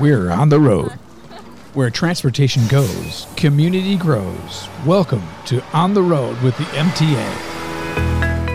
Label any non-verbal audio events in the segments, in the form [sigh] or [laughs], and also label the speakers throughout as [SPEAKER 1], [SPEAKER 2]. [SPEAKER 1] We're on the road. Where transportation goes, community grows. Welcome to On the Road with the MTA.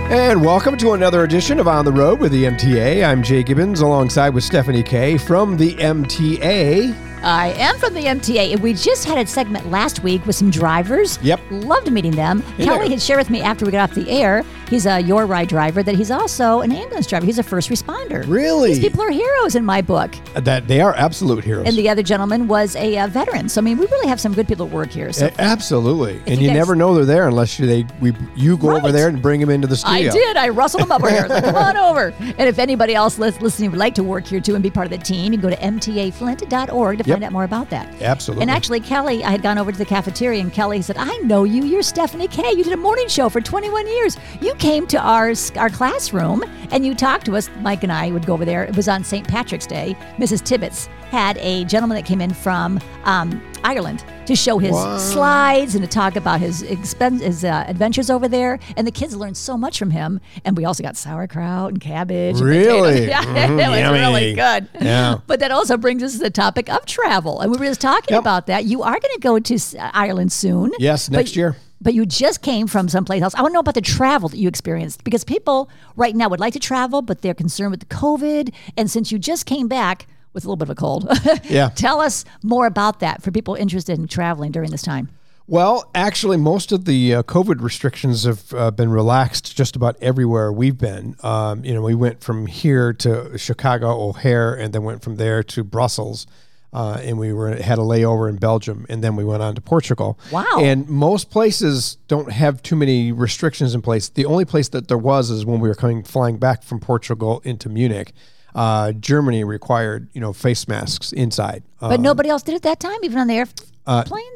[SPEAKER 2] And welcome to another edition of On the Road with the MTA. I'm Jay Gibbons alongside with Stephanie Kay from the MTA.
[SPEAKER 3] I am from the MTA, and we just had a segment last week with some drivers.
[SPEAKER 2] Yep.
[SPEAKER 3] Loved meeting them.
[SPEAKER 2] Yeah.
[SPEAKER 3] Kelly had shared with me after we got off the air, he's a Your Ride driver, that he's also an ambulance driver. He's a first responder.
[SPEAKER 2] Really?
[SPEAKER 3] These people are heroes in my book.
[SPEAKER 2] That they are absolute heroes.
[SPEAKER 3] And the other gentleman was a, uh veteran. So, I mean, we really have some good people at work here. So,
[SPEAKER 2] A- absolutely. And
[SPEAKER 3] you
[SPEAKER 2] you,
[SPEAKER 3] guys-
[SPEAKER 2] never know they're there unless you, they we you go over
[SPEAKER 3] Right.
[SPEAKER 2] there and bring them into the
[SPEAKER 3] I
[SPEAKER 2] studio.
[SPEAKER 3] did. I rustled them up over here. I was like,
[SPEAKER 2] [laughs]
[SPEAKER 3] come on over. And if anybody else lis- listening would like to work here too and be part of the team, you can go to mtaflint.org to find out more about that.
[SPEAKER 2] Absolutely.
[SPEAKER 3] And actually, Kelly, I had gone over to the cafeteria and Kelly said, I know you. You're Stephanie Kay. You did a morning show for 21 years. You came to our, s- our classroom and you talked to us. Mike and I would go over there. It was on St. Patrick's Day. Mrs. Tibbetts had a gentleman that came in from um, Ireland to show his
[SPEAKER 2] Wow.
[SPEAKER 3] slides and to talk about his expen- his uh, adventures over there. And the kids learned so much from him. And we also got sauerkraut and cabbage. and potatoes.
[SPEAKER 2] Really?
[SPEAKER 3] [laughs] yeah,
[SPEAKER 2] Mhm,
[SPEAKER 3] it was
[SPEAKER 2] yummy.
[SPEAKER 3] really good.
[SPEAKER 2] Yeah.
[SPEAKER 3] But that also brings us to the topic of travel. And we were just talking
[SPEAKER 2] Yep.
[SPEAKER 3] about that. You are going to go to S- uh, Ireland soon.
[SPEAKER 2] Yes,
[SPEAKER 3] But-
[SPEAKER 2] next year.
[SPEAKER 3] But you just came from someplace else. I want to know about the travel that you experienced because people right now would like to travel, but they're concerned with the COVID. And since you just came back with a little bit of a cold, [laughs]
[SPEAKER 2] Yeah.
[SPEAKER 3] tell us more about that for people interested in traveling during this time.
[SPEAKER 2] Well, actually, most of the uh, COVID restrictions have uh, been relaxed just about everywhere we've been. Um, you know, we went from here to Chicago O'Hare, and then went from there to Brussels, uh, and we were had a layover in Belgium, and then we went on to Portugal.
[SPEAKER 3] Wow.
[SPEAKER 2] And most places don't have too many restrictions in place. The only place that there was is when we were coming flying back from Portugal into Munich. Uh, Germany required you know face masks inside. Uh,
[SPEAKER 3] But nobody else did it that time, even on the airplanes?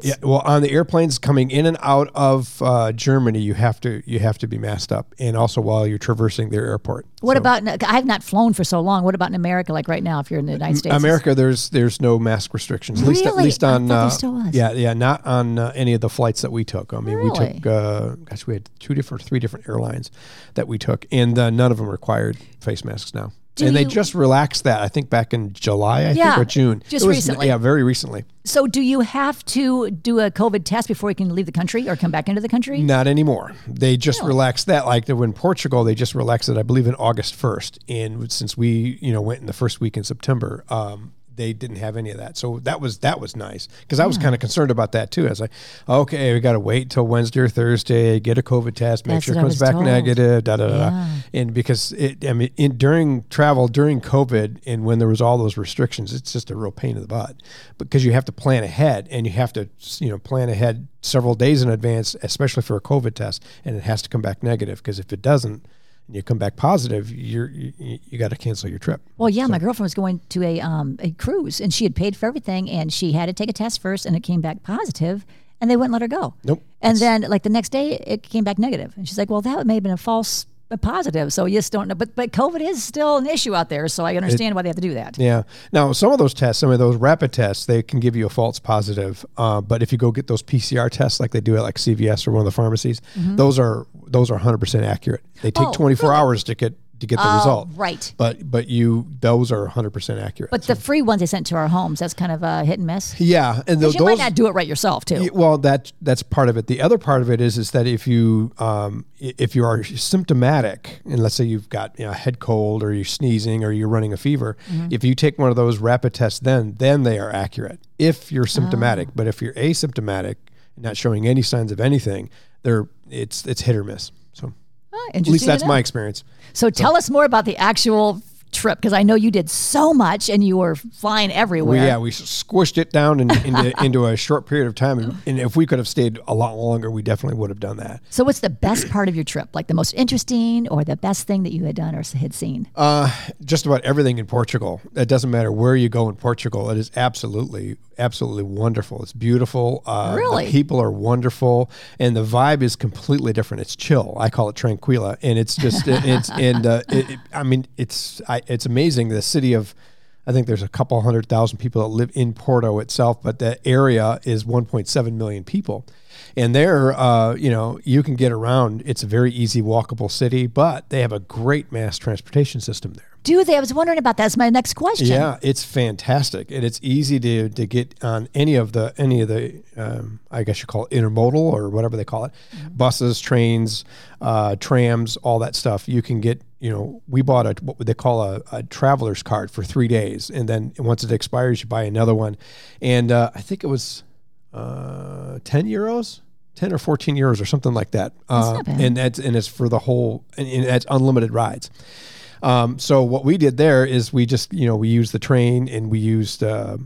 [SPEAKER 2] yeah, well, on the airplanes coming in and out of uh, Germany, you have to you have to be masked up, and also while you're traversing their airport.
[SPEAKER 3] What
[SPEAKER 2] So,
[SPEAKER 3] about, I've not flown for so long. What about in America, like right now, if you're in the United States?
[SPEAKER 2] America? There's there's no mask restrictions. At least, at
[SPEAKER 3] Really?
[SPEAKER 2] least
[SPEAKER 3] I
[SPEAKER 2] on
[SPEAKER 3] thought there
[SPEAKER 2] uh,
[SPEAKER 3] still was.
[SPEAKER 2] yeah yeah not on uh, any of the flights that we took. I mean, we
[SPEAKER 3] Really?
[SPEAKER 2] took uh, gosh, we had two different three different airlines that we took, and uh, none of them required face masks now.
[SPEAKER 3] Do
[SPEAKER 2] and they
[SPEAKER 3] you-
[SPEAKER 2] just relaxed that I think back in July I
[SPEAKER 3] Yeah,
[SPEAKER 2] think or June.
[SPEAKER 3] just
[SPEAKER 2] It was-
[SPEAKER 3] recently.
[SPEAKER 2] Yeah, very recently.
[SPEAKER 3] So, do you have to do a COVID test before you can leave the country or come back into the country?
[SPEAKER 2] Not anymore. They just relaxed that. Like in Portugal, they just relaxed it. I believe in August first. And since we, you know, went in the first week in September, um, they didn't have any of that. So that was that was nice because I was
[SPEAKER 3] Hmm.
[SPEAKER 2] kind of concerned about that too. I was like, okay, we got to wait till Wednesday or Thursday, get a COVID test, make
[SPEAKER 3] That's
[SPEAKER 2] sure it
[SPEAKER 3] what I
[SPEAKER 2] comes
[SPEAKER 3] was
[SPEAKER 2] back
[SPEAKER 3] told.
[SPEAKER 2] negative. Da da da. da.
[SPEAKER 3] Yeah.
[SPEAKER 2] And because it, I mean, in, during travel during COVID and when there was all those restrictions, it's just a real pain in the butt because you have to plan ahead and you have to you know plan ahead several days in advance, especially for a COVID test, and it has to come back negative because if it doesn't and you come back positive, you're you, you got to cancel your trip.
[SPEAKER 3] Well, yeah, my girlfriend was going to a um, a cruise and she had paid for everything and she had to take a test first and it came back positive and they wouldn't let her go.
[SPEAKER 2] Nope.
[SPEAKER 3] And then like the next day it came back negative and she's like, "Well, that may have been a false a positive." So you just don't know, but but COVID is still an issue out there, so I understand why they have to do that.
[SPEAKER 2] Yeah. Now, some of those tests, some of those rapid tests, they can give you a false positive. Uh, but if you go get those PCR tests, like they do at like CVS or one of the pharmacies, those are those are 100 percent accurate. They take
[SPEAKER 3] Mm-hmm. Oh,
[SPEAKER 2] 24 hours to get to get the result.
[SPEAKER 3] right.
[SPEAKER 2] But but you those are 100 percent accurate.
[SPEAKER 3] But the free ones they sent to our homes, that's kind of a hit and miss.
[SPEAKER 2] yeah, and tho-
[SPEAKER 3] You might
[SPEAKER 2] those
[SPEAKER 3] not do it right yourself, too.
[SPEAKER 2] Y- Well, that that's part of it. The other part of it is is that if you um, i- if you are symptomatic, and let's say you've got you know, a head cold or you're sneezing or you're running a fever, if you take one of those rapid tests, then then they are accurate if you're symptomatic. But if you're asymptomatic, not showing any signs of anything, they're it's it's hit or miss. So
[SPEAKER 3] Huh,
[SPEAKER 2] at least
[SPEAKER 3] interesting to
[SPEAKER 2] that's
[SPEAKER 3] know.
[SPEAKER 2] my experience.
[SPEAKER 3] So tell us more about the actual trip because I know you did so much and you were flying
[SPEAKER 2] We,
[SPEAKER 3] everywhere.
[SPEAKER 2] yeah, we s- squished it down in, into, into a short period of time, and if we could have stayed a lot longer, we definitely would have done that.
[SPEAKER 3] So what's the best part of your trip? Like the most interesting or the best thing that you had done or s- had seen?
[SPEAKER 2] Uh, just about everything in Portugal. It doesn't matter where you go in Portugal. It is absolutely, absolutely wonderful. It's beautiful. Uh, the
[SPEAKER 3] Really?
[SPEAKER 2] people are wonderful, and the vibe is completely different. It's chill. I call it tranquila, and it's just it- it's and uh, it, it- I mean it's I, it's amazing. The city of I think there's a couple hundred thousand people that live in Porto itself, but that area is 1.7 million people. And there, uh, you know, you can get around. It's a very easy walkable city, but they have a great mass transportation system there.
[SPEAKER 3] Do they? I was wondering about that. That's my next question.
[SPEAKER 2] Yeah, it's fantastic, and it's easy to to get on any of the any of the um, I guess you call it intermodal or whatever they call it, buses, trains, uh, trams, all that stuff. You can get you know we bought a what they call a, a traveler's card for three days, and then once it expires, you buy another one, and uh, I think it was uh, ten euros. 10 or 14 euros or something like that. Uh,
[SPEAKER 3] not bad.
[SPEAKER 2] And that's, and it's for the whole, and, and that's unlimited rides. Um, so what we did there is we just you know we used the train and we used uh,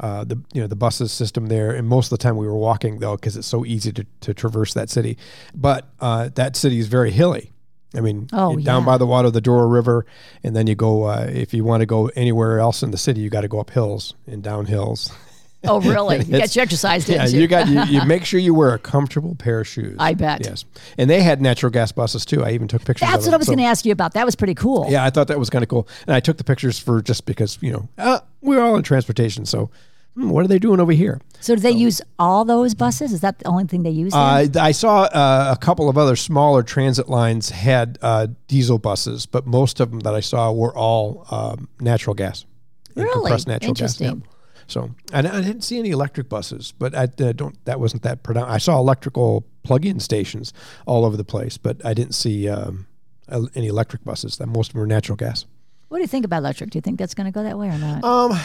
[SPEAKER 2] uh, the you know the buses system there, and most of the time we were walking though because it's so easy to, to traverse that city. But uh, that city is very hilly. I mean,
[SPEAKER 3] Oh,
[SPEAKER 2] down
[SPEAKER 3] yeah.
[SPEAKER 2] by the water, the Douro River, and then you go uh, if you want to go anywhere else in the city, you got to go up hills and down hills.
[SPEAKER 3] [laughs]
[SPEAKER 2] [laughs]
[SPEAKER 3] Oh, really? You got you exercised, didn't
[SPEAKER 2] Yeah,
[SPEAKER 3] you?
[SPEAKER 2] you got you,
[SPEAKER 3] [laughs]
[SPEAKER 2] you make sure you wear a comfortable pair of shoes.
[SPEAKER 3] I bet.
[SPEAKER 2] Yes, and they had natural gas buses too. I even took pictures.
[SPEAKER 3] That's
[SPEAKER 2] of
[SPEAKER 3] what I was
[SPEAKER 2] going
[SPEAKER 3] going to ask you about. That was pretty cool.
[SPEAKER 2] yeah, I thought that was kind of cool, and I took the pictures for just because you know uh, we're all in transportation. So, hmm, what are they doing over here?
[SPEAKER 3] So do they use all those buses? Is that the only thing they use? there?
[SPEAKER 2] Uh, I saw uh, a couple of other smaller transit lines had uh, diesel buses, but most of them that I saw were all um, natural gas, and
[SPEAKER 3] Really?
[SPEAKER 2] compressed natural gas.
[SPEAKER 3] Interesting.
[SPEAKER 2] yeah. So, and I didn't see any electric buses, but I uh, don't. That wasn't that predominant. I saw electrical plug-in stations all over the place, but I didn't see um, el- any electric buses. That most of them were natural gas.
[SPEAKER 3] what do you think about electric? Do you think that's going to go that way or not?
[SPEAKER 2] Uh,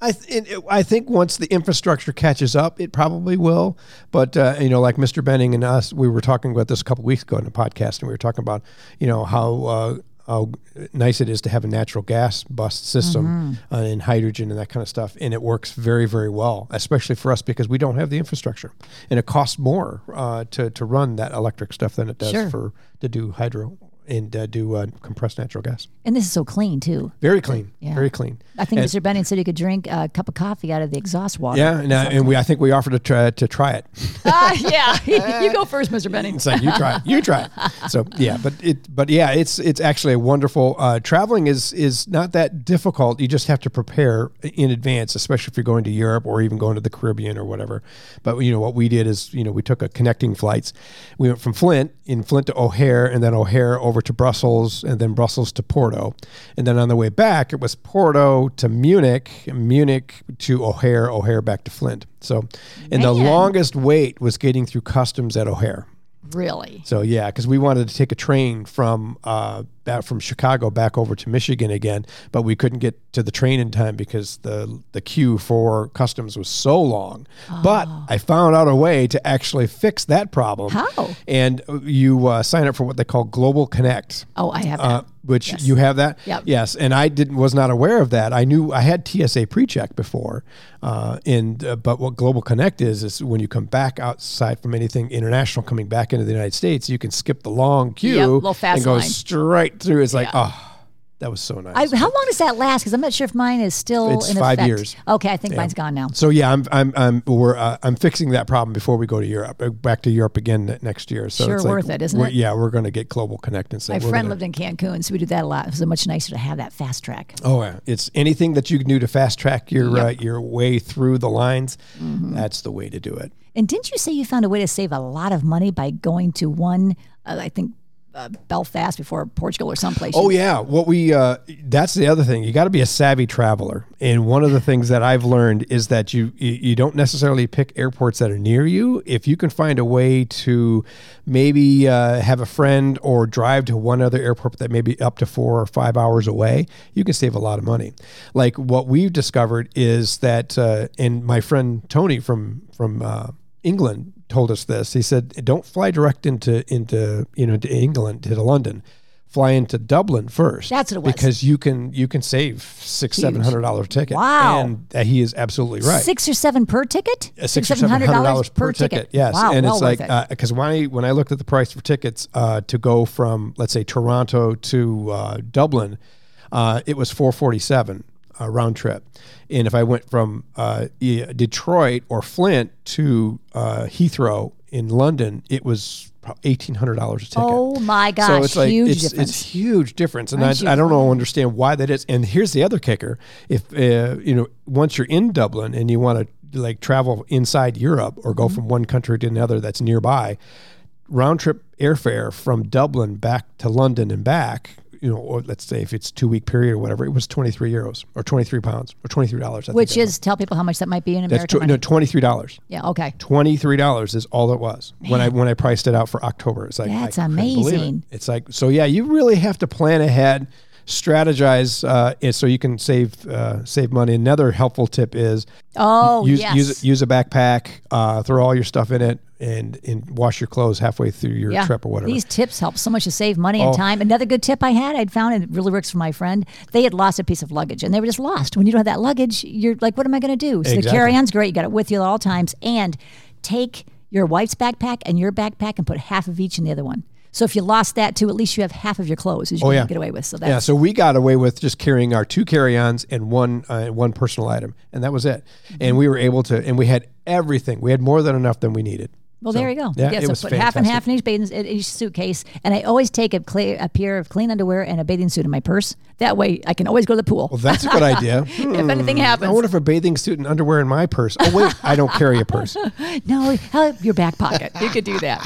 [SPEAKER 2] I th- it, I think once the infrastructure catches up, it probably will. But uh, you know, like Mr. Benning and us, we were talking about this a couple weeks ago in a podcast, and we were talking about you know how. Uh, how nice it is to have a natural gas bus system
[SPEAKER 3] Mm-hmm.
[SPEAKER 2] uh, and hydrogen and that kind of stuff, and it works very, very well, especially for us because we don't have the infrastructure, and it costs more uh, to to run that electric stuff than it does
[SPEAKER 3] Sure.
[SPEAKER 2] for to do hydro and uh, do uh, compressed natural gas.
[SPEAKER 3] and this is so clean too.
[SPEAKER 2] Very clean,
[SPEAKER 3] Yeah.
[SPEAKER 2] very clean.
[SPEAKER 3] I think
[SPEAKER 2] And-
[SPEAKER 3] Mr. Benning said you could drink a cup of coffee out of the exhaust water.
[SPEAKER 2] yeah, and, uh, and we I think we offered to try, to try it.
[SPEAKER 3] [laughs] Ah, [laughs] yeah. you go first, Mr. Benning.
[SPEAKER 2] It's like you try it, you try it. So yeah, but it but yeah, it's it's actually a wonderful uh, traveling is is not that difficult. You just have to prepare in advance, especially if you're going to Europe or even going to the Caribbean or whatever. But you know what we did is you know we took a connecting flights. We went from Flint in Flint to O'Hare, and then O'Hare over to Brussels, and then Brussels to Porto, and then on the way back it was Porto to Munich, Munich to O'Hare, O'Hare back to Flint. So, and the
[SPEAKER 3] Man.
[SPEAKER 2] longest wait was getting through customs at O'Hare.
[SPEAKER 3] Really?
[SPEAKER 2] So yeah, because we wanted to take a train from uh, back from Chicago back over to Michigan again, but we couldn't get to the train in time because the the queue for customs was so long. But I found out a way to actually fix that problem.
[SPEAKER 3] How?
[SPEAKER 2] And you uh, sign up for what they call Global Connect.
[SPEAKER 3] Oh, I have.
[SPEAKER 2] Uh,
[SPEAKER 3] that.
[SPEAKER 2] which you have that,
[SPEAKER 3] Yep.
[SPEAKER 2] yes, and I didn't was not aware of that. I knew I had TSA PreCheck before, uh, and uh, but what Global Connect is is when you come back outside from anything international, coming back into the United States, you can skip the long queue
[SPEAKER 3] Yep, little fast
[SPEAKER 2] and go
[SPEAKER 3] line.
[SPEAKER 2] straight through. It's like oh, that was so nice.
[SPEAKER 3] I, how long does that last? Because I'm not sure if mine is still
[SPEAKER 2] It's
[SPEAKER 3] in
[SPEAKER 2] five
[SPEAKER 3] effect.
[SPEAKER 2] years.
[SPEAKER 3] Okay, I think mine's gone now.
[SPEAKER 2] so yeah, I'm I'm I'm we're uh, I'm fixing that problem before we go to Europe, uh, back to Europe again ne- next year. So
[SPEAKER 3] Sure
[SPEAKER 2] it's like,
[SPEAKER 3] worth it, isn't
[SPEAKER 2] we're-
[SPEAKER 3] it?
[SPEAKER 2] Yeah, we're going to get Global Connect and say
[SPEAKER 3] My
[SPEAKER 2] we're
[SPEAKER 3] friend
[SPEAKER 2] gonna-
[SPEAKER 3] lived in Cancun, so we did that a lot. It was much nicer to have that fast track.
[SPEAKER 2] Oh, yeah. It's anything that you can do to fast track your uh, your way through the lines. That's the way to do it.
[SPEAKER 3] And didn't you say you found a way to save a lot of money by going to one, uh, I think, uh, Belfast before Portugal or someplace?
[SPEAKER 2] Oh yeah, what we uh, that's the other thing. You got to be a savvy traveler. And one of the things that I've learned is that you you you don't necessarily pick airports that are near you. If you can find a way to maybe uh, have a friend or drive to one other airport that may be up to 4 or 5 hours away, you can save a lot of money. Like what we've discovered is that uh, and my friend Tony from from uh, England told us this. He said, "Don't fly direct into into you know to England to London. Fly into Dublin first.
[SPEAKER 3] That's what it was.
[SPEAKER 2] Because you can you can save six seven hundred dollar ticket.
[SPEAKER 3] Wow.
[SPEAKER 2] and uh, he is absolutely right.
[SPEAKER 3] Six or seven per ticket?
[SPEAKER 2] Uh, Six or seven hundred dollars per ticket. Yes,
[SPEAKER 3] Wow,
[SPEAKER 2] and
[SPEAKER 3] well
[SPEAKER 2] it's like uh,
[SPEAKER 3] worth it.
[SPEAKER 2] because when I when I looked at the price for tickets uh, to go from let's say Toronto to uh, Dublin, uh, it was four forty seven uh, round trip, and if I went from uh, e- Detroit or Flint to uh, Heathrow in London, it was eighteen hundred dollars a ticket.
[SPEAKER 3] Oh my gosh,
[SPEAKER 2] it's like
[SPEAKER 3] huge
[SPEAKER 2] it's,
[SPEAKER 3] difference.
[SPEAKER 2] it's huge difference, and I,
[SPEAKER 3] Aren't you
[SPEAKER 2] I don't know understand why that is. And here's the other kicker: if uh, you know, once you're in Dublin and you want to like travel inside Europe or
[SPEAKER 3] Mm-hmm.
[SPEAKER 2] go from one country to another that's nearby, round trip airfare from Dublin back to London and back. You know, or let's say if it's two week period or whatever, it was twenty three euros or twenty three pounds or twenty three dollars.
[SPEAKER 3] Which is tell people how much that might be in
[SPEAKER 2] that's
[SPEAKER 3] American
[SPEAKER 2] tw-
[SPEAKER 3] money.
[SPEAKER 2] no twenty three dollars.
[SPEAKER 3] yeah, okay.
[SPEAKER 2] Twenty three dollars is all it was when I when I priced it out for October. It's like
[SPEAKER 3] That's
[SPEAKER 2] I couldn't believe it.
[SPEAKER 3] amazing.
[SPEAKER 2] It's like so yeah, you really have to plan ahead, strategize, uh, is- so you can save uh, save money. Another helpful tip is
[SPEAKER 3] Oh
[SPEAKER 2] use
[SPEAKER 3] yes.
[SPEAKER 2] use, use a backpack, uh, throw all your stuff in it, and and wash your clothes halfway through your
[SPEAKER 3] yeah.
[SPEAKER 2] trip or whatever. Oh.
[SPEAKER 3] These tips help so much to save money and time. Another good tip I had, I'd found, and it really works for my friend, they had lost a piece of luggage and they were just lost. When you don't have that luggage, you're like, what am I going to do? So the
[SPEAKER 2] Exactly.
[SPEAKER 3] carry on's great. You got it with you at all times. And take your wife's backpack and your backpack and put half of each in the other one. So if you lost that too, at least you have half of your clothes as you can
[SPEAKER 2] Oh, yeah.
[SPEAKER 3] get away with. So that's
[SPEAKER 2] yeah, so we got away with just carrying our two carry-ons and one uh, and one personal item, and that was it.
[SPEAKER 3] Mm-hmm.
[SPEAKER 2] And we were able to, and we had everything. We had more than enough than we needed.
[SPEAKER 3] Well,
[SPEAKER 2] So,
[SPEAKER 3] there you go.
[SPEAKER 2] Yeah, it
[SPEAKER 3] so
[SPEAKER 2] was
[SPEAKER 3] put half and
[SPEAKER 2] fantastic.
[SPEAKER 3] half in each bathing in each suitcase, and I always take a, clear, a pair of clean underwear and a bathing suit in my purse. That way, I can always go to the pool
[SPEAKER 2] Well, that's a
[SPEAKER 3] [laughs]
[SPEAKER 2] good idea. Hmm.
[SPEAKER 3] if anything
[SPEAKER 2] Mm. I
[SPEAKER 3] happens.
[SPEAKER 2] wonder if a bathing suit and underwear in my purse. Oh wait, I don't carry a
[SPEAKER 3] [laughs]
[SPEAKER 2] purse.
[SPEAKER 3] No, hell, your back pocket. You could
[SPEAKER 2] [laughs]
[SPEAKER 3] do that.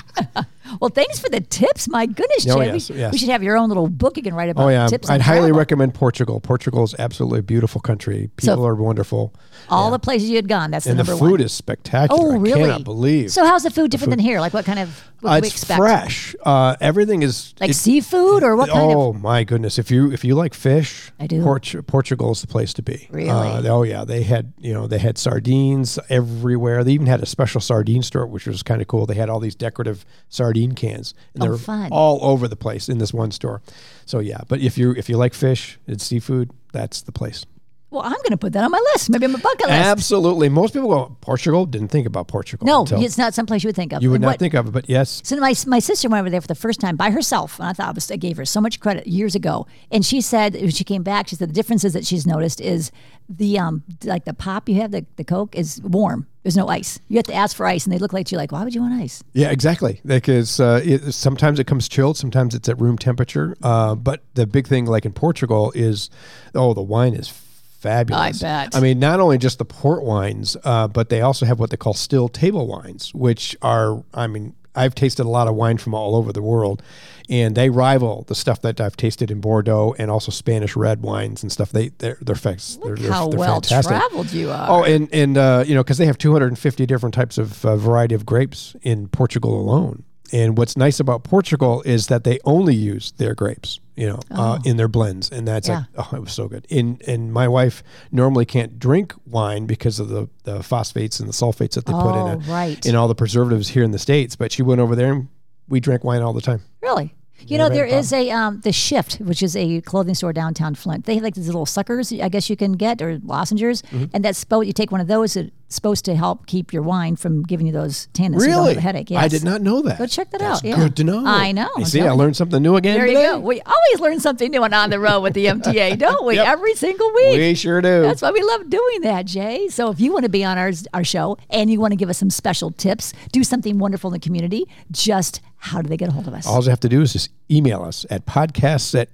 [SPEAKER 3] well, thanks for the tips. My goodness,
[SPEAKER 2] Oh,
[SPEAKER 3] Chad.
[SPEAKER 2] yes,
[SPEAKER 3] we,
[SPEAKER 2] yes.
[SPEAKER 3] we should have your own little book you can write about
[SPEAKER 2] Oh yeah,
[SPEAKER 3] tips. on
[SPEAKER 2] I'd highly
[SPEAKER 3] travel.
[SPEAKER 2] recommend Portugal. Portugal is absolutely a beautiful country. People are wonderful,
[SPEAKER 3] all the places you had gone. That's the
[SPEAKER 2] and the
[SPEAKER 3] number
[SPEAKER 2] food
[SPEAKER 3] one.
[SPEAKER 2] is spectacular.
[SPEAKER 3] oh, really?
[SPEAKER 2] I cannot believe.
[SPEAKER 3] So, how's the food different than here? Like, what kind of what
[SPEAKER 2] Uh,
[SPEAKER 3] do we
[SPEAKER 2] it's
[SPEAKER 3] expect?
[SPEAKER 2] fresh. Uh, everything is
[SPEAKER 3] Like
[SPEAKER 2] it-
[SPEAKER 3] seafood or what kind of?
[SPEAKER 2] oh my goodness! If you if you like fish,
[SPEAKER 3] I do.
[SPEAKER 2] Port- Portugal is the place to be.
[SPEAKER 3] Really?
[SPEAKER 2] Uh, oh yeah, they had you know they had sardines everywhere. They even had a special sardine store, which was kind of cool. They had all these decorative sardine cans, and they
[SPEAKER 3] Oh,
[SPEAKER 2] were
[SPEAKER 3] fun.
[SPEAKER 2] all over the place in this one store. So yeah, but if you if you like fish and seafood, that's the place.
[SPEAKER 3] Well, I'm going to put that on my list. Maybe on my bucket list.
[SPEAKER 2] Absolutely, most people go Portugal. Didn't think about Portugal.
[SPEAKER 3] No,
[SPEAKER 2] until-
[SPEAKER 3] it's not someplace you would think of.
[SPEAKER 2] you would
[SPEAKER 3] And
[SPEAKER 2] not
[SPEAKER 3] what-
[SPEAKER 2] think of it, but yes,
[SPEAKER 3] So my my sister went over there for the first time by herself, and I thought I, was, I gave her so much credit years ago. And she said when she came back, she said the differences that she's noticed is the um like the pop you have the the Coke is warm. There's no ice. You have to ask for ice, and they look like you like why would you want ice?
[SPEAKER 2] Yeah, exactly. Because uh, it, sometimes it comes chilled, sometimes it's at room temperature. Uh, but the big thing, like in Portugal, is oh, the wine is fabulous.
[SPEAKER 3] I bet.
[SPEAKER 2] I mean, not only just the port wines, uh, but they also have what they call still table wines, which are, I mean, I've tasted a lot of wine from all over the world, and they rival the stuff that I've tasted in Bordeaux and also Spanish red wines and stuff. They they're they're, fa- they're, they're,
[SPEAKER 3] How
[SPEAKER 2] they're
[SPEAKER 3] well
[SPEAKER 2] fantastic.
[SPEAKER 3] traveled you are.
[SPEAKER 2] Oh, and and uh, you know, because they have 250 different types of uh, variety of grapes in Portugal alone. And what's nice about Portugal is that they only use their grapes, you know,
[SPEAKER 3] Oh.
[SPEAKER 2] uh, in their blends, and that's like, oh, it was so good. And and my wife normally can't drink wine because of the, the phosphates and the sulfates that they put in
[SPEAKER 3] Oh,
[SPEAKER 2] it,
[SPEAKER 3] right.
[SPEAKER 2] And all the preservatives here in the states. But she went over there, and we drank wine all the time.
[SPEAKER 3] Really? You know, there is a um, the shift, which is a clothing store downtown Flint. They have like these little suckers, I guess you can get, or lozenges,
[SPEAKER 2] Mm-hmm.
[SPEAKER 3] and that's supposed you take one of those. It's supposed to help keep your wine from giving you those tannins. So you don't have a headache. Yes.
[SPEAKER 2] I did not know that.
[SPEAKER 3] Go check that
[SPEAKER 2] That's
[SPEAKER 3] out, yeah.
[SPEAKER 2] Good to know.
[SPEAKER 3] I know,
[SPEAKER 2] You
[SPEAKER 3] I'm
[SPEAKER 2] see, I
[SPEAKER 3] telling
[SPEAKER 2] learned something new again.
[SPEAKER 3] There you
[SPEAKER 2] today.
[SPEAKER 3] go. We always learn something new on on the road with the
[SPEAKER 2] [laughs]
[SPEAKER 3] MTA, don't we? Every single week.
[SPEAKER 2] We sure do.
[SPEAKER 3] That's why we love doing that, Jay. So if you want to be on our our show and you want to give us some special tips, do something wonderful in the community, just how do they get a hold of us?
[SPEAKER 2] All you have to do is just email us at podcasts at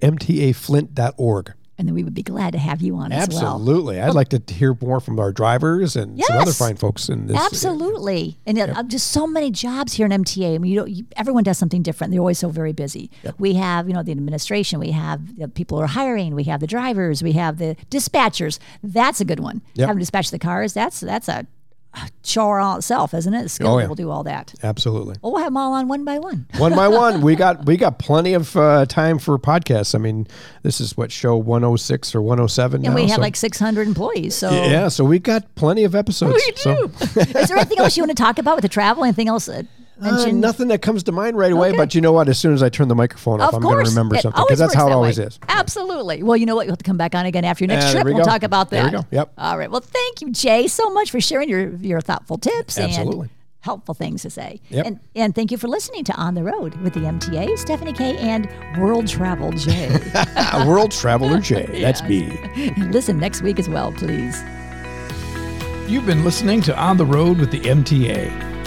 [SPEAKER 2] mtaflint.org.
[SPEAKER 3] and then we would be glad to have you on as well.
[SPEAKER 2] Absolutely. I'd like to hear more from our drivers and some other
[SPEAKER 3] Yes.
[SPEAKER 2] fine folks in this.
[SPEAKER 3] Absolutely, and uh, just so many jobs here in MTA. I mean, you don't, you, everyone does something different. They're always so very busy. We have, you know, the administration. We have the people who are hiring. We have the drivers. We have the dispatchers. That's a good one.
[SPEAKER 2] Yep.
[SPEAKER 3] Having to dispatch the cars. That's that's a a chore all itself, isn't it? Skill
[SPEAKER 2] Oh, yeah.
[SPEAKER 3] will do all that.
[SPEAKER 2] Absolutely.
[SPEAKER 3] Well, we'll have them all on one by one.
[SPEAKER 2] One by one, we got we got plenty of uh, time for podcasts. I mean, this is what show 106 or 107
[SPEAKER 3] And
[SPEAKER 2] now.
[SPEAKER 3] we have
[SPEAKER 2] so-
[SPEAKER 3] like 600 employees. So
[SPEAKER 2] yeah, so we got plenty of episodes.
[SPEAKER 3] [laughs] we do.
[SPEAKER 2] So, [laughs]
[SPEAKER 3] Is there anything else you want to talk about with the travel? Anything else uh,
[SPEAKER 2] uh,
[SPEAKER 3] mentioned?
[SPEAKER 2] nothing that comes to mind right away,
[SPEAKER 3] Okay.
[SPEAKER 2] but you know what? As soon as I turn the microphone off,
[SPEAKER 3] Of
[SPEAKER 2] I'm
[SPEAKER 3] course,
[SPEAKER 2] going to remember
[SPEAKER 3] It
[SPEAKER 2] something
[SPEAKER 3] always
[SPEAKER 2] because that's
[SPEAKER 3] works
[SPEAKER 2] how it
[SPEAKER 3] that
[SPEAKER 2] always
[SPEAKER 3] way.
[SPEAKER 2] is.
[SPEAKER 3] Absolutely. Well, you know what? You'll have to come back on again after your next
[SPEAKER 2] Yeah, there
[SPEAKER 3] trip.
[SPEAKER 2] we
[SPEAKER 3] we'll
[SPEAKER 2] go.
[SPEAKER 3] talk about
[SPEAKER 2] There
[SPEAKER 3] that.
[SPEAKER 2] we go. Yep.
[SPEAKER 3] All right. Well, thank you, Jay, so much for sharing your your thoughtful tips
[SPEAKER 2] Absolutely.
[SPEAKER 3] and helpful things to say.
[SPEAKER 2] Yep.
[SPEAKER 3] And and thank you for listening to On the Road with the MTA, Stephanie K, and World
[SPEAKER 2] [laughs]
[SPEAKER 3] Travel Jay.
[SPEAKER 2] Ah, World Traveler J. That's me.
[SPEAKER 3] Listen next week as well, please.
[SPEAKER 1] You've been listening to On the Road with the MTA.